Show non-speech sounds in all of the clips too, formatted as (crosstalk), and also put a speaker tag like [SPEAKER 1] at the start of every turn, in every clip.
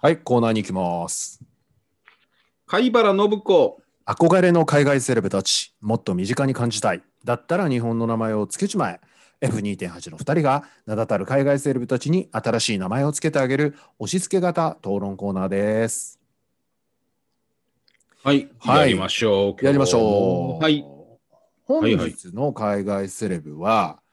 [SPEAKER 1] はい、コーナーに行きます。
[SPEAKER 2] 貝原信子。
[SPEAKER 1] 憧れの海外セレブたち、もっと身近に感じたい。だったら日本の名前を付けちまえ。F2.8 の2人が名だたる海外セレブたちに新しい名前を付けてあげる押し付け型討論コーナーです。
[SPEAKER 2] はい、
[SPEAKER 1] はい
[SPEAKER 2] やりましょう。
[SPEAKER 1] やりましょう。
[SPEAKER 2] はい。。
[SPEAKER 1] 本
[SPEAKER 2] はいはい
[SPEAKER 1] 日の海外セレブは、
[SPEAKER 2] はい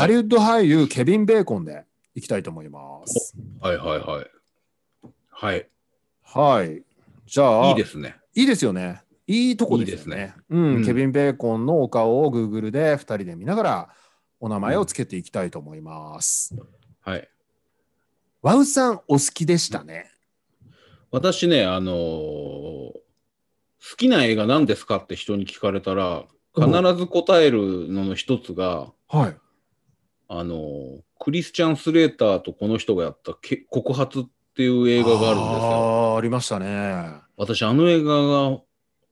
[SPEAKER 1] ハリウッド俳優ケビン・ベーコンでいきたいと思います。
[SPEAKER 2] はいはいはい。はい。
[SPEAKER 1] はい。じゃあ、
[SPEAKER 2] いいですね。
[SPEAKER 1] いいですよね。いいとこですよね。
[SPEAKER 2] いい
[SPEAKER 1] うん、
[SPEAKER 2] うん
[SPEAKER 1] ケビン・ベーコンのお顔を Google で2人で見ながらお名前をつけていきたいと思います。
[SPEAKER 2] はい。
[SPEAKER 1] ワウさんお好きでしたね。
[SPEAKER 2] 私ね、あのー好きな映画何ですかって人に聞かれたら、必ず答えるのの一つが、
[SPEAKER 1] はい。
[SPEAKER 2] あのークリスチャン・スレーターとこの人がやったけ告発っていう映画があるんですよ。
[SPEAKER 1] あーありましたね。
[SPEAKER 2] 私、あの映画が、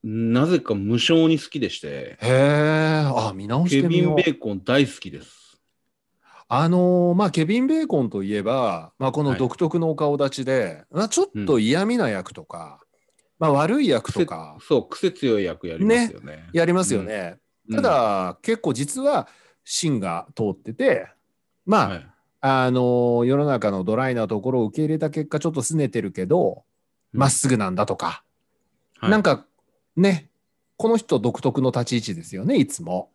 [SPEAKER 2] なぜか無性に好きでし
[SPEAKER 1] へ
[SPEAKER 2] て、
[SPEAKER 1] え、あ、見直し
[SPEAKER 2] ケ
[SPEAKER 1] てみ
[SPEAKER 2] ビ
[SPEAKER 1] よ
[SPEAKER 2] ン・
[SPEAKER 1] う
[SPEAKER 2] ベ。ーコン大好きです。
[SPEAKER 1] あのーまあ、ケビン・ベーコンといえば、まあ、この
[SPEAKER 2] はい
[SPEAKER 1] 独特のお顔立ちで、まあ、ちょっと嫌味な役とか、まあ、悪い役とか
[SPEAKER 2] そう、癖強い役やりますよね。
[SPEAKER 1] やりますよね。
[SPEAKER 2] うん
[SPEAKER 1] た、だ、結構実は芯が通ってて、まあ、
[SPEAKER 2] はい
[SPEAKER 1] あの世の中のドライなところを受け入れた結果ちょっと拗ねてるけど
[SPEAKER 2] うん
[SPEAKER 1] まっすぐなんだとか、
[SPEAKER 2] はい
[SPEAKER 1] なんかねこの人独特の立ち位置ですよねいつも。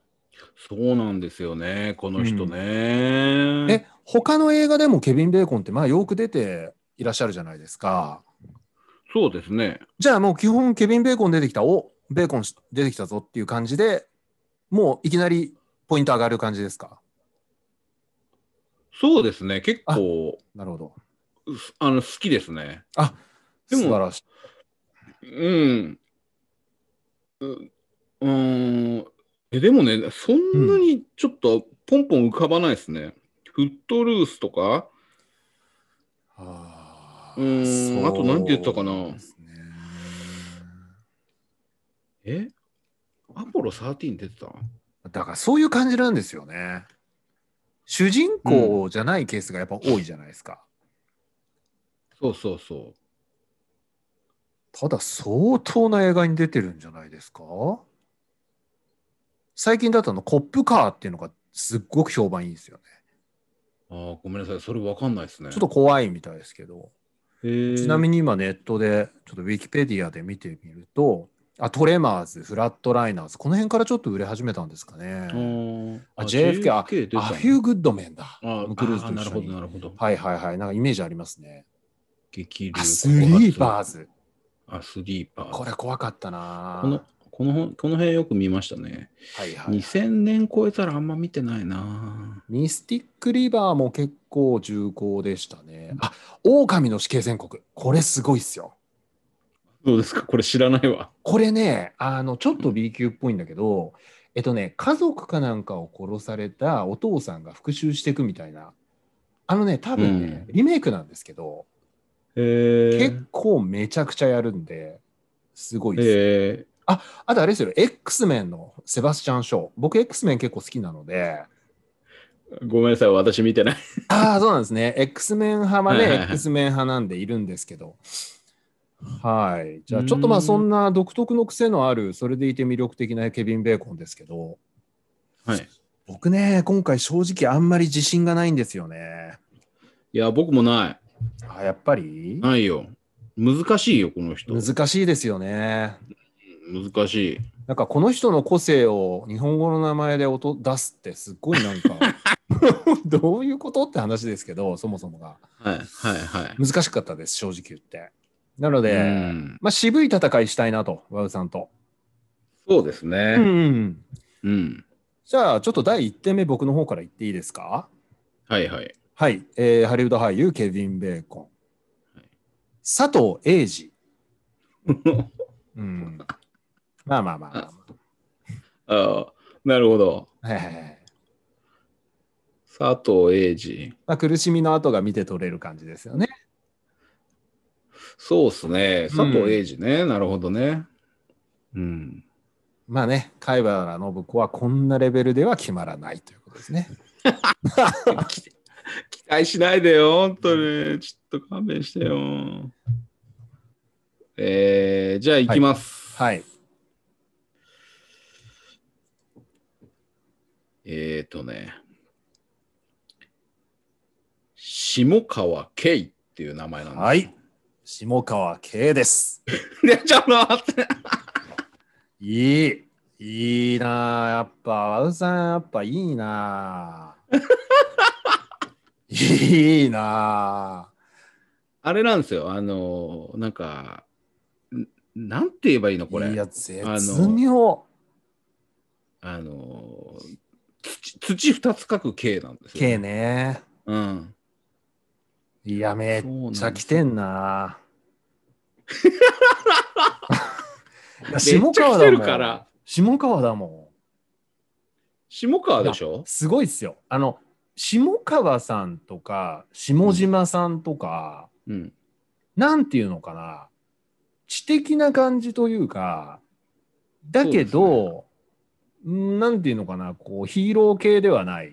[SPEAKER 2] そうなんですよね、この人ね。
[SPEAKER 1] え他の映画でもケビン・ベーコンってまあよく出ていらっしゃるじゃないですか。
[SPEAKER 2] そうですね。
[SPEAKER 1] じゃあもう基本ケビン・ベーコン出てきたおベーコンし出てきたぞっていう感じでもういきなりポイント上がる感じですか。
[SPEAKER 2] そうですね、結構
[SPEAKER 1] なるほど。
[SPEAKER 2] うすあの好きですね。で
[SPEAKER 1] 素
[SPEAKER 2] も
[SPEAKER 1] 晴らしい。
[SPEAKER 2] うん。ううーんえでもね、そんなにちょっとポンポン浮かばないですね。フットルースとか、
[SPEAKER 1] あ
[SPEAKER 2] うーんあと何て言ったかな
[SPEAKER 1] そうですね
[SPEAKER 2] えアポロ13出てた
[SPEAKER 1] だからそういう感じなんですよね。主人公じゃないケースがやっぱ多いじゃないですか。
[SPEAKER 2] そうそうそう。
[SPEAKER 1] ただ相当な映画に出てるんじゃないですか最近だとあのコップカーっていうのがすっごく評判いいんですよね。
[SPEAKER 2] あーごめんなさい、それわかんないですね。
[SPEAKER 1] ちょっと怖いみたいですけど。
[SPEAKER 2] ち
[SPEAKER 1] ちなみ
[SPEAKER 2] に、
[SPEAKER 1] に今ネットでちょっとウィキペディアで見てみると、あトレマーズ、フラットライナーズ、この辺からちょっと売れ始めたんですか
[SPEAKER 2] あ
[SPEAKER 1] ね。
[SPEAKER 2] ー
[SPEAKER 1] あ JFK あ
[SPEAKER 2] 出てた
[SPEAKER 1] あ、ヒュー・グッドメンだ。
[SPEAKER 2] あ
[SPEAKER 1] ムクルーズ
[SPEAKER 2] あ
[SPEAKER 1] と
[SPEAKER 2] なる
[SPEAKER 1] 一緒
[SPEAKER 2] ほど、
[SPEAKER 1] に。
[SPEAKER 2] なるほど。
[SPEAKER 1] はいはいはい。なんかイメージありますね。
[SPEAKER 2] 激流
[SPEAKER 1] あ、スリーパー
[SPEAKER 2] ズ。
[SPEAKER 1] ズ。
[SPEAKER 2] あ、スリーパーズ。
[SPEAKER 1] これ怖かったな
[SPEAKER 2] この、この本この辺よく見ましたね。
[SPEAKER 1] はいはい、
[SPEAKER 2] 2000年超えたらあんま見てないな。
[SPEAKER 1] ミスティック・リバーも結構重厚でしたね。あ狼の死刑宣告。これすごいっすよ。
[SPEAKER 2] どうですかこれ知らないわ。
[SPEAKER 1] これね、あの、ちょっと B 級っぽいんだけど、えっとね、家族かなんかを殺されたお父さんが復讐していくみたいな。あのね、多分ね、リメイクなんですけど、
[SPEAKER 2] え
[SPEAKER 1] 結構めちゃくちゃやるんで、すごいです。
[SPEAKER 2] え
[SPEAKER 1] あとあれですよ、X メンのセバスチャン・ショー。僕、X メン結構好きなので、
[SPEAKER 2] ーごめんなさい、私見てない。
[SPEAKER 1] ああ、そうなんですね。X メン派は
[SPEAKER 2] はいはい
[SPEAKER 1] ね
[SPEAKER 2] は、い
[SPEAKER 1] X メン派なんでいるんですけど。はい。じゃあ、ちょっとまあ、そんな独特の癖のある、それでいて魅力的なケビン・ベーコンですけど、
[SPEAKER 2] はい。
[SPEAKER 1] 僕ね、今回正直あんまり自信がないんですよね。
[SPEAKER 2] いや、僕もな
[SPEAKER 1] あやっぱり
[SPEAKER 2] い。ないよ。難しいよ、この人。
[SPEAKER 1] 難しいですよね。
[SPEAKER 2] 難しい。
[SPEAKER 1] なんかこの人の個性を日本語の名前で音出すってすっごいなんか
[SPEAKER 2] (laughs)
[SPEAKER 1] どういうことって話ですけどそもそもが
[SPEAKER 2] はい、はい、はい。
[SPEAKER 1] 難しかったです正直言ってなので、
[SPEAKER 2] うん
[SPEAKER 1] まあ、渋い戦いしたいなと、ワウさんと。
[SPEAKER 2] そうです
[SPEAKER 1] うん
[SPEAKER 2] ね。
[SPEAKER 1] うん
[SPEAKER 2] うん。
[SPEAKER 1] じゃあ、ちょっと第1点目、僕の方から言っていいですか
[SPEAKER 2] はい、はい。
[SPEAKER 1] はい、えーハリウッド俳優、ケビン・ベーコン
[SPEAKER 2] はい。
[SPEAKER 1] 佐藤栄治。うん、まあまあまあまあ
[SPEAKER 2] ああ、なるほど。
[SPEAKER 1] まあ、はいはいはい
[SPEAKER 2] 佐藤栄治。
[SPEAKER 1] まあ、苦しみの後が見て取れる感じですよね。
[SPEAKER 2] そうっすね。
[SPEAKER 1] うん
[SPEAKER 2] 佐藤栄治ね。なるほどね。うん。
[SPEAKER 1] まあね、貝原信子はこんなレベルでは決まらないということですね。
[SPEAKER 2] 期待しないでよ、本当に。ちと勘弁してよ。えー、じゃあ行きます。
[SPEAKER 1] はい。
[SPEAKER 2] えーとね、下川圭っていう名前なんです。
[SPEAKER 1] はい。下川圭です。
[SPEAKER 2] で、 (laughs) ちょっと待って。
[SPEAKER 1] いい。いいなあやっぱ、あうさん、やっぱいいなあいいなあ
[SPEAKER 2] あれなんですよ、あの、なんか、んなんて言えばいいの、これ。
[SPEAKER 1] いや、絶妙。
[SPEAKER 2] あの、土土二つ書く圭なんですよ。
[SPEAKER 1] K ね。
[SPEAKER 2] うん。
[SPEAKER 1] いや、めっちゃ来てんな。いや
[SPEAKER 2] (laughs) めっちゃ来てるから。
[SPEAKER 1] 下川だも
[SPEAKER 2] 下川でしょ
[SPEAKER 1] ん。すごいっすよ。あの、下川さんとか、下島さんとか、
[SPEAKER 2] うん。
[SPEAKER 1] なんていうのかな。知的な感じというか、だけど、うんなんていうのかな、こう、ヒーロー系ではない。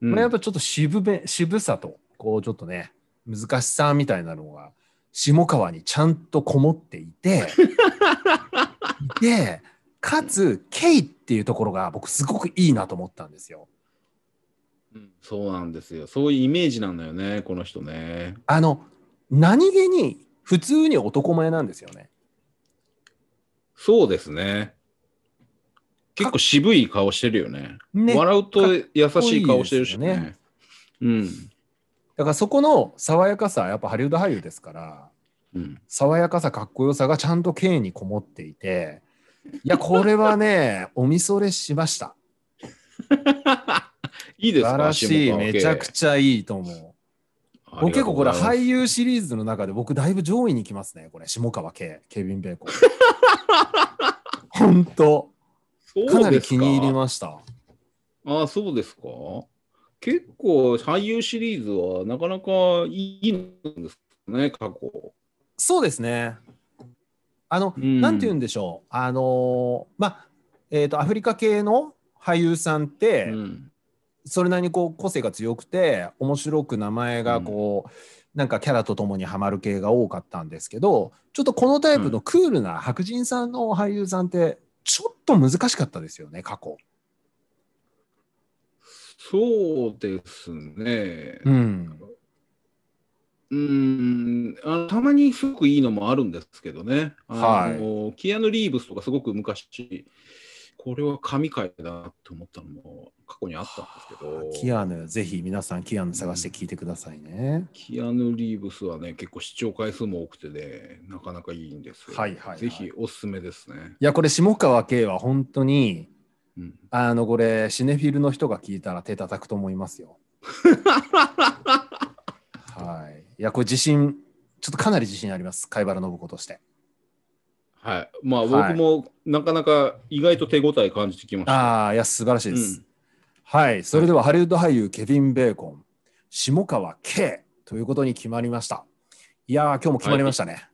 [SPEAKER 2] うん
[SPEAKER 1] これやっぱちょっと渋め、渋さと、こうちょっとね、難しさみたいなのが、下川にちゃんとこもってい
[SPEAKER 2] (laughs)
[SPEAKER 1] て、で、かつ、ケイっていうところが僕すごくいいなと思ったんですよ。
[SPEAKER 2] うんそうなんですよ。そういうイメージなんだよね、この人ね。
[SPEAKER 1] あの、何気に普通に男前なんですよね。
[SPEAKER 2] そうですね。結構渋い顔してるよね。
[SPEAKER 1] ね。
[SPEAKER 2] 笑うと優
[SPEAKER 1] かっこ
[SPEAKER 2] し
[SPEAKER 1] いい
[SPEAKER 2] い顔してるしね。
[SPEAKER 1] ですよね
[SPEAKER 2] うん
[SPEAKER 1] だからそこの爽やかさ、やっぱハリウッド俳優ですから、
[SPEAKER 2] うん。 (laughs)
[SPEAKER 1] 爽やかさ、かっこよさがちゃんとケイにこもっていて、いや、これは
[SPEAKER 2] (laughs)
[SPEAKER 1] ね、おみそれしました。
[SPEAKER 2] いいで
[SPEAKER 1] 素
[SPEAKER 2] すか
[SPEAKER 1] 晴らしい、めちゃく
[SPEAKER 2] ゃ。
[SPEAKER 1] ちゃいいと思う。
[SPEAKER 2] あ
[SPEAKER 1] 僕
[SPEAKER 2] りが
[SPEAKER 1] 結
[SPEAKER 2] とう
[SPEAKER 1] 構これ
[SPEAKER 2] ございます
[SPEAKER 1] 俳優シリーズの中で僕だいぶ上位に来ますね、これ。下川圭、ケビン・ベー
[SPEAKER 2] (laughs)
[SPEAKER 1] コン。本当かなり気に入りました。
[SPEAKER 2] ああ、そうですか。結構俳優シリーズはなかなかいいんですね、過去。
[SPEAKER 1] そうですね。あの、
[SPEAKER 2] うん
[SPEAKER 1] なんて言うんでしょう。あのーまあ、えっ、と、アフリカ系の俳優さんって、
[SPEAKER 2] うん
[SPEAKER 1] それなりにこう個性が強くて面白く名前がこう、なんかキャラとともにはまる系が多かったんですけどちょっとこのタイプのクールな白人さんの俳優さんってちょっと難しかったですよね過去。
[SPEAKER 2] そうですね。
[SPEAKER 1] うん、
[SPEAKER 2] うんあのたまにすごくいいのもあるんですけどね。あのキアヌ・リーブスとかすごく昔、これは神回だなと思ったのも過去にあったんですけ
[SPEAKER 1] キ
[SPEAKER 2] ど、
[SPEAKER 1] アヌぜひ皆さんキアヌ探して聞いてくださいね。
[SPEAKER 2] キアヌ・リーブスはね、結構視聴回数も多くてね、なかなかいいんですよ。
[SPEAKER 1] はいはいはい
[SPEAKER 2] ぜひおすすめですね。
[SPEAKER 1] いやこれ下川圭は本当に
[SPEAKER 2] うん
[SPEAKER 1] あのこれシネフィルの人が聞いたら手叩くと思いますよ。はい、いやこれ自信ちょっとかなり自信あります貝原信子として。
[SPEAKER 2] はい。まあ、
[SPEAKER 1] はい
[SPEAKER 2] 僕もなかなか意外と手応え感じてきました。
[SPEAKER 1] ああいや素晴らしいです。
[SPEAKER 2] うん
[SPEAKER 1] はい、それではハリウッド俳優ケビン・ベーコン、下川圭ということに決まりました。いやー、今日も決まりましたね。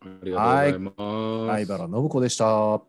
[SPEAKER 2] ありがとうございます。
[SPEAKER 1] 相原信子でした。